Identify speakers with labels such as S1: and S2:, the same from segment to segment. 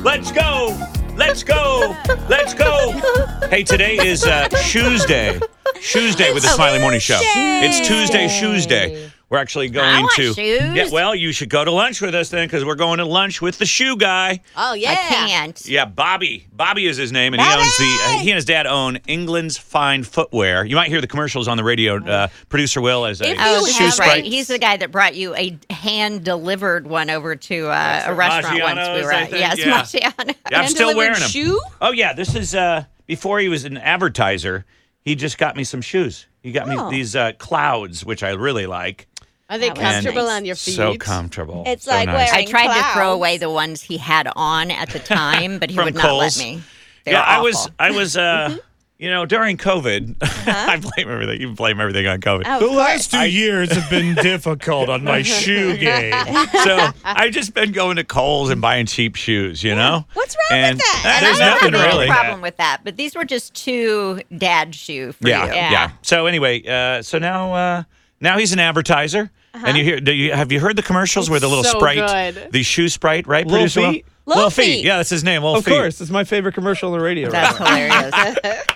S1: Let's go. Let's go. Let's go. Hey, today is uh, Shoes Day. Shoes Day with the Smiley Morning Show. It's Tuesday, Shoes Day. We're actually going
S2: I want
S1: to.
S2: shoes.
S1: Yeah, well, you should go to lunch with us then because we're going to lunch with the shoe guy.
S2: Oh yeah. I can't.
S1: Yeah, Bobby. Bobby is his name, and he owns the. Uh, he and his dad own England's fine footwear. You might hear the commercials on the radio. Uh, Producer Will as a
S2: If
S1: shoe
S2: you have,
S1: sprite.
S2: right, Oh, he's the guy that brought you a hand delivered one over to uh, a restaurant once we
S1: Maggiano's,
S2: were
S1: I
S2: at.
S1: think,
S2: Yes,
S1: yeah.
S2: Maggiano.
S1: Yeah, I'm still
S3: Hand-delivered
S1: wearing them.
S3: shoe?
S1: Oh yeah, this is uh, before he was an advertiser. He just got me some shoes. He got
S3: Oh.
S1: me these uh, clouds, which I really like.
S3: Are they
S2: That was
S3: comfortable
S2: nice.
S3: on your feet?
S1: So comfortable.
S4: It's
S1: So
S4: like
S1: nice.
S4: wearing-
S2: I tried to throw
S4: clouds.
S2: away the ones he had on at the time, but he
S1: From
S2: would not
S1: Kohl's.
S2: let me. They
S1: Yeah,
S2: were
S1: I was.
S2: awful.
S1: I was. Uh, you know, during COVID, I blame everything. You blame everything on COVID.
S4: Oh,
S5: The
S4: of course.
S5: last two years have been difficult on my shoe game.
S1: so I've just been going to Kohl's and buying cheap shoes. You know,
S4: What's wrong with
S1: And-
S4: that?
S1: eh,
S2: And
S1: there's
S2: I don't
S1: nothing
S2: have any
S1: really.
S2: problem with that, but these were just two dad shoe for
S1: Yeah,
S2: you.
S1: yeah, So anyway, uh, so now uh, now he's an advertiser, and you hear? Do you have you heard the commercials where the little
S3: Uh-huh. So
S1: sprite,
S3: good.
S1: the shoe sprite, right?
S5: Lil
S1: Producer Will?
S5: Feet?
S4: Lil
S1: Lil feet.
S4: Feet.
S1: Yeah, that's his name. Lil
S5: Of
S1: feet.
S5: course, it's my favorite commercial on the radio.
S2: That's
S5: right now.
S2: hilarious.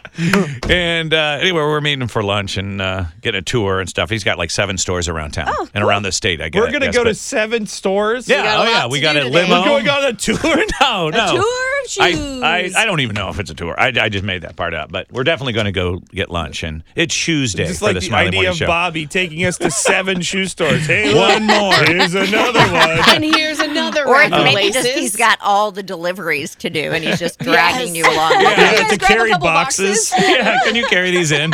S1: And uh, anyway, we're meeting for lunch and uh, getting a tour and stuff. He's got like seven stores around town
S3: Oh,
S1: and around the state. I guess
S5: We're gonna
S1: guess,
S5: go to
S1: but-
S5: seven stores.
S1: Yeah,
S3: got a
S1: oh yeah,
S3: lot
S1: we
S3: to
S1: got
S3: do
S1: a
S3: today.
S1: limo.
S5: We're going on a tour.
S1: no, no.
S3: tour of shoes.
S1: Oh, I, I, I don't even know if it's a tour. I, I just made that part up, but we're definitely going to go get lunch, and it's shoes day
S5: Just
S1: for
S5: like
S1: the
S5: the,
S1: Smiley
S5: idea
S1: Morning
S5: of
S1: Show.
S5: Bobby taking us to seven shoe stores. Hey, look,
S1: One more.
S5: here's another one.
S3: and here's another
S2: or
S3: round
S2: it's
S3: of
S2: maybe just
S3: laces.
S2: he's got all the deliveries to do and he's just dragging you along.
S1: Yeah,
S2: with it.
S1: I
S3: you
S1: have to
S3: guys grab a
S1: carry
S3: couple
S1: boxes. yeah, can you carry these in?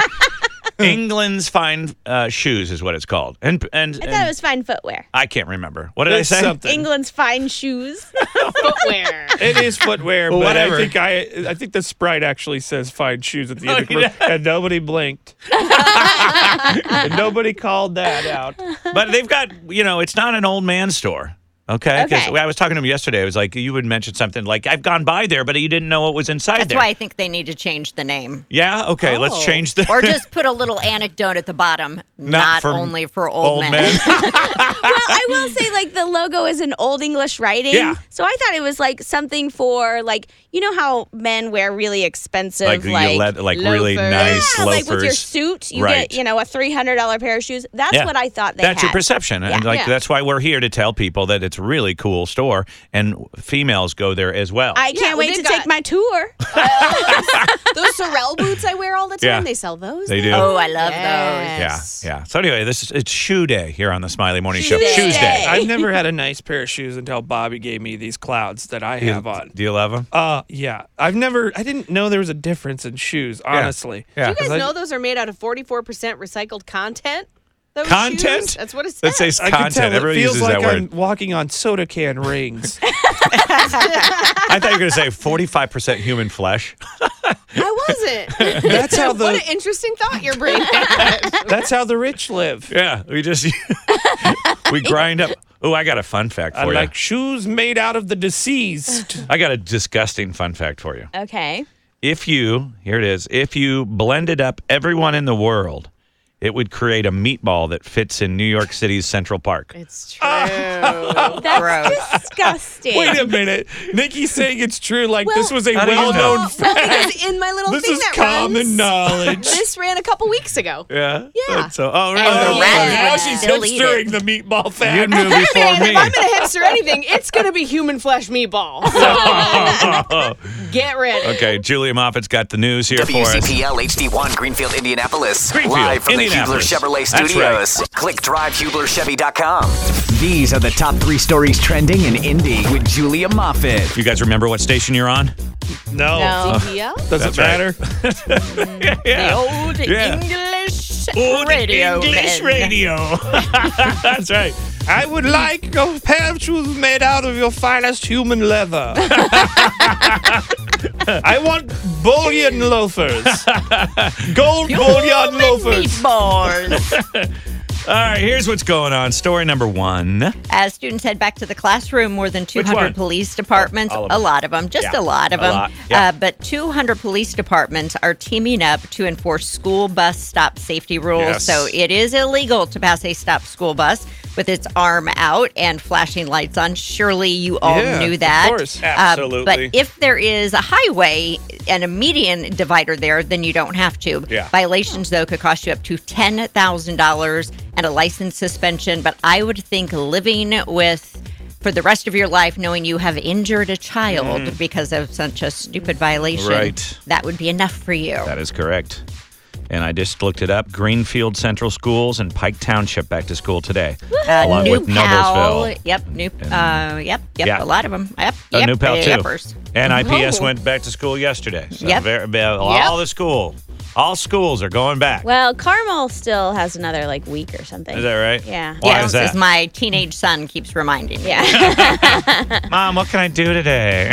S1: England's fine uh, shoes is what it's called, and and,
S4: I thought
S1: and
S4: it was fine footwear.
S1: I can't remember. What did I
S5: It's
S1: say?
S5: something.
S4: England's fine shoes.
S3: footwear.
S5: It is footwear,
S1: Well,
S5: but
S1: whatever.
S5: I think I I think the Sprite actually says fine shoes at the end of the
S1: Oh, yeah.
S5: commercial, and nobody blinked. and nobody called that out.
S1: but they've got you know it's not an old man store okay because
S4: Okay.
S1: i was talking to him yesterday i was like you would mention something like i've gone by there but you didn't know what was inside
S2: That's
S1: there
S2: why I think they need to change the name.
S1: yeah okay let's
S3: Oh.
S1: change the
S2: Or just put a little anecdote at the bottom, not,
S1: for
S2: only for old, men.
S4: well, I will say, like, the logo is an old English writing.
S1: Yeah.
S4: So I thought it was, like, something for, like, you know how men wear really expensive,
S1: like
S4: like,
S1: you let like really
S3: loafers.
S1: nice
S4: yeah,
S1: loafers
S4: like with your suit, you
S1: Right.
S4: get, you know, a $300 pair of shoes. That's
S1: Yeah.
S4: what I thought they
S1: that's
S4: had.
S1: your perception and like
S3: Yeah.
S1: that's why we're here to tell people that it's a really cool store and females go there as well
S4: I can't
S3: Yeah, well,
S4: wait to
S3: they've
S4: take
S3: got-
S4: my tour.
S3: those Sorel boots I wear all the time.
S1: Yeah.
S3: They sell those.
S1: They do.
S2: Oh, I love
S1: yeah,
S3: Yes.
S1: yeah. So anyway, this is it's shoe day here on the Smiley Morning Show.
S4: Shoe
S1: Shoes
S4: day.
S1: day.
S5: I've never had a nice pair of shoes until Bobby gave me these clouds that I have on.
S1: Do you love them?
S5: Uh, yeah. I've never. I didn't know there was a difference in shoes. Honestly.
S1: Yeah.
S3: You guys
S5: 'Cause I-
S3: know those are made out of 44% recycled content? Those
S1: Content?
S3: shoes? That's what it says.
S1: That says
S5: I can
S1: content.
S5: tell
S1: Everybody
S5: it feels
S1: uses
S5: like
S1: that word.
S5: I'm walking on soda can rings.
S1: I thought you were going to say 45% human flesh.
S3: I wasn't.
S5: That's how the-
S3: What an interesting thought your brain had.
S5: That's how the rich live.
S1: Yeah, we just we grind up. Oh, I got a fun fact
S5: I
S1: for you.
S5: like shoes made out of the deceased.
S1: I got a disgusting fun fact for you.
S4: okay.
S1: If you, here it is, if you blended up everyone in the world, it would create a meatball that fits in New York City's Central Park.
S3: It's true.
S4: That's
S2: Gross.
S4: disgusting.
S5: Wait a minute. Nikki's saying it's true. Like this
S3: Well,
S5: was a
S1: How do you know?
S5: well-known
S3: well,
S5: fact.
S3: because in my little
S5: This
S3: thing
S5: is
S3: that
S5: common
S3: runs,
S5: knowledge.
S3: this ran a couple weeks ago.
S1: Yeah.
S3: Yeah.
S1: So, oh, really?
S2: the
S5: Oh,
S2: rats
S5: now
S2: would
S5: she's
S2: still eat
S5: hipstering the meatball
S1: you
S5: fact.
S1: knew before me.
S3: If I'm gonna hipster anything, it's gonna be human flesh meatball. So get ready.
S1: okay, Julia Moffat's got the news here for us.
S6: WCPL HD1 Greenfield, Indianapolis.
S1: Greenfield,
S6: Live from
S1: Indianapolis.
S6: the Hubler Chevrolet
S1: That's right.
S6: Studios. Click drivehublerchevy.com. These are the top three stories trending in Indy with Julia Moffat.
S1: You guys remember what station you're on?
S5: No.
S3: Yeah.
S5: Doesn't
S1: That's right.
S5: matter.
S2: The old
S1: Yeah.
S2: English
S1: Old
S2: radio.
S1: English
S2: men.
S1: radio. That's right.
S5: I would like a pair of shoes made out of your finest human leather. I want bullion loafers. Gold bullion loafers.
S2: Meatballs.
S1: All right, here's what's going on. Story number one.
S2: As students head back to the classroom, more than
S1: one?
S2: 200 police departments,
S1: all of
S2: a
S1: them.
S2: lot of them, just
S1: Yeah,
S2: a lot of
S1: a
S2: them,
S1: lot, yeah.
S2: uh, but 200 police departments are teaming up to enforce school bus stop safety rules.
S1: Yes.
S2: So it is illegal to pass a stop school bus. with its arm out and flashing lights on. Surely you all
S5: Yeah,
S2: knew
S5: of
S2: that.
S5: course.
S2: Uh,
S1: Absolutely.
S2: but if there is a highway and a median divider there, then you don't have to.
S1: Yeah.
S2: Violations, though, could cost you up to $10,000 and a license suspension. But I would think living with. For the rest of your life, knowing you have injured a child because of such a stupid violation,
S5: Mm. Right.
S2: that would be enough for you.
S5: That is correct. And I just looked it up. Greenfield Central Schools and Pike Township back to school today,
S2: Uh,
S5: along
S2: New
S5: with
S2: Pal.
S5: Noblesville.
S2: Yep. New. Uh, yep. Yep.
S5: Yeah.
S2: A lot of them. Yep.
S5: Uh,
S2: yep.
S5: New Pal
S2: uh,
S5: too.
S2: uppers. Oh.
S5: And IPS went back to school yesterday. So
S2: Yep.
S5: ver- ver- all the school, all schools are going back.
S4: Well, Carmel still has another like week or something.
S5: Is that right?
S4: Yeah.
S5: Why
S2: yeah,
S5: is that?
S2: As my teenage son keeps reminding me.
S4: Yeah.
S5: Mom, what can I do today?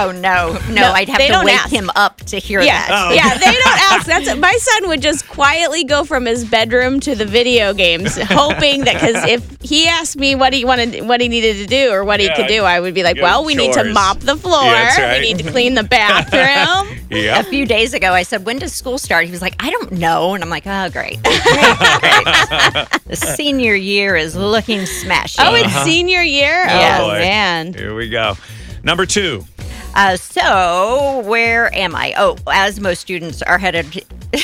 S2: oh no, no, I'd have
S4: they
S2: to
S4: don't
S2: wake
S4: ask.
S2: him up to hear
S4: Yeah. Oh.
S2: that.
S4: Yeah. They don't ask. That's my son would just quietly go from his bedroom to the video games, hoping that because if he asked me what he wanted, what he needed to do or what he
S1: Yeah,
S4: could do, I would be like,
S1: go
S4: well, we need to
S1: chores.
S4: mop the floor.
S1: Yeah, that's right.
S4: We need to clean the bathroom.
S2: A
S1: Yeah.
S2: few days ago, I said, "When does school start?" He was like, "I don't know," and I'm like, "Oh, great, great, great." the senior year is looking smashing.
S4: Oh, it's senior year.
S2: Yeah.
S4: Oh,
S5: boy.
S4: man.
S5: Here we go. Number two.
S2: Uh, so where am I? Oh, as most students are headed.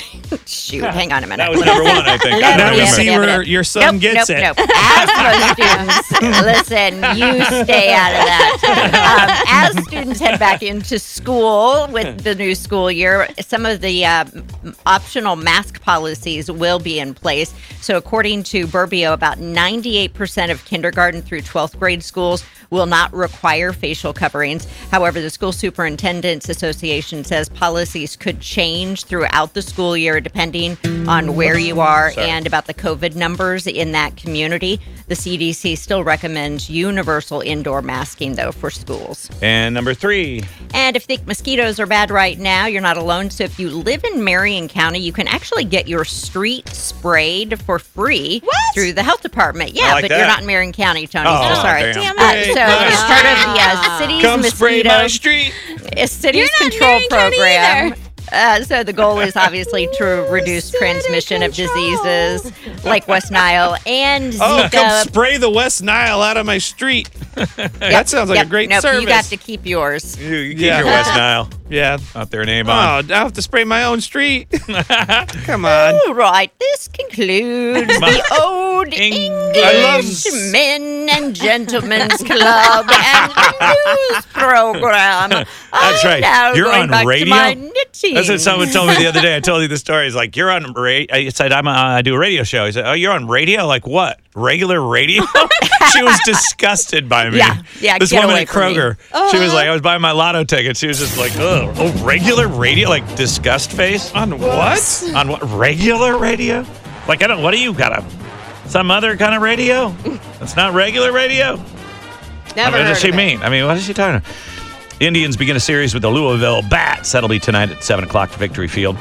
S2: Shoot, hang on a minute.
S1: That was number one, I think. I
S2: Now
S1: don't
S2: we
S1: know.
S2: see Yeah, where yeah.
S5: your
S2: nope, nope, Nope. As for students, listen, you stay out of that. Um, as students head back into school with the new school year, some of the uh, m- optional mask policies will be in place. So, according to Burbio, about 98% of kindergarten through 12th grade schools will not require facial coverings. However, the School Superintendents Association says policies could change throughout the school year depending on where you are and about the COVID numbers in that community. The CDC still recommends universal indoor masking, though, for schools.
S5: And number three.
S2: And if you think mosquitoes are bad right now, you're not alone. So if you live in Marion County, you can actually get your street sprayed for free through the health department. Yeah,
S5: like
S2: but you're
S5: that.
S2: not in Marion County, Tony.
S5: Oh,
S2: so sorry.
S5: damn.
S2: Uh,
S5: Hey,
S2: so
S5: nice.
S2: it's part of the uh, city's
S5: Come spray my
S2: mosquito
S5: street.
S2: a city's
S4: You're not
S2: control
S4: Marion County
S2: program.
S4: either.
S2: Uh, so the goal is obviously to reduce transmission of diseases like West Nile and
S5: Oh, come
S2: Zika.
S5: spray the West Nile out of my street. that sounds like
S2: Yep,
S5: a great
S2: nope,
S5: service.
S2: You got to keep yours.
S1: You, you keep
S5: Yeah.
S1: your West Nile.
S5: yeah.
S1: Not their name
S5: Oh,
S1: on.
S5: I have to spray my own street. Come on.
S2: All right, this concludes the Old
S5: I love-
S2: English Men and Gentlemen's Club and the news program. That's
S1: That's right.
S2: Now
S1: You're
S2: going
S1: on
S2: back to
S1: radio?
S2: my knitting.
S1: That's what someone told me the other day. I told you the story. He's like, "You're on radio." I said, "I'm. A, I do a radio show." He said, "Oh, you're on radio? Like what? Regular radio?" she was disgusted by me.
S2: Yeah, yeah,
S1: This
S2: get
S1: woman
S2: away
S1: at
S2: from me. Uh-huh.
S1: Kroger. She was like, "I was buying my lotto ticket." She was just like, "Oh, oh regular radio? Like disgust face
S5: On what?
S1: on what? Regular radio? Like I don't. What do you got? A, some other kind of radio? That's not regular radio."
S3: Never
S1: I mean,
S3: heard
S1: what does she
S3: of it.
S1: mean? I mean, what is she talking about? The Indians begin a series with the Louisville Bats. That'll be tonight at 7 o'clock, Victory Field.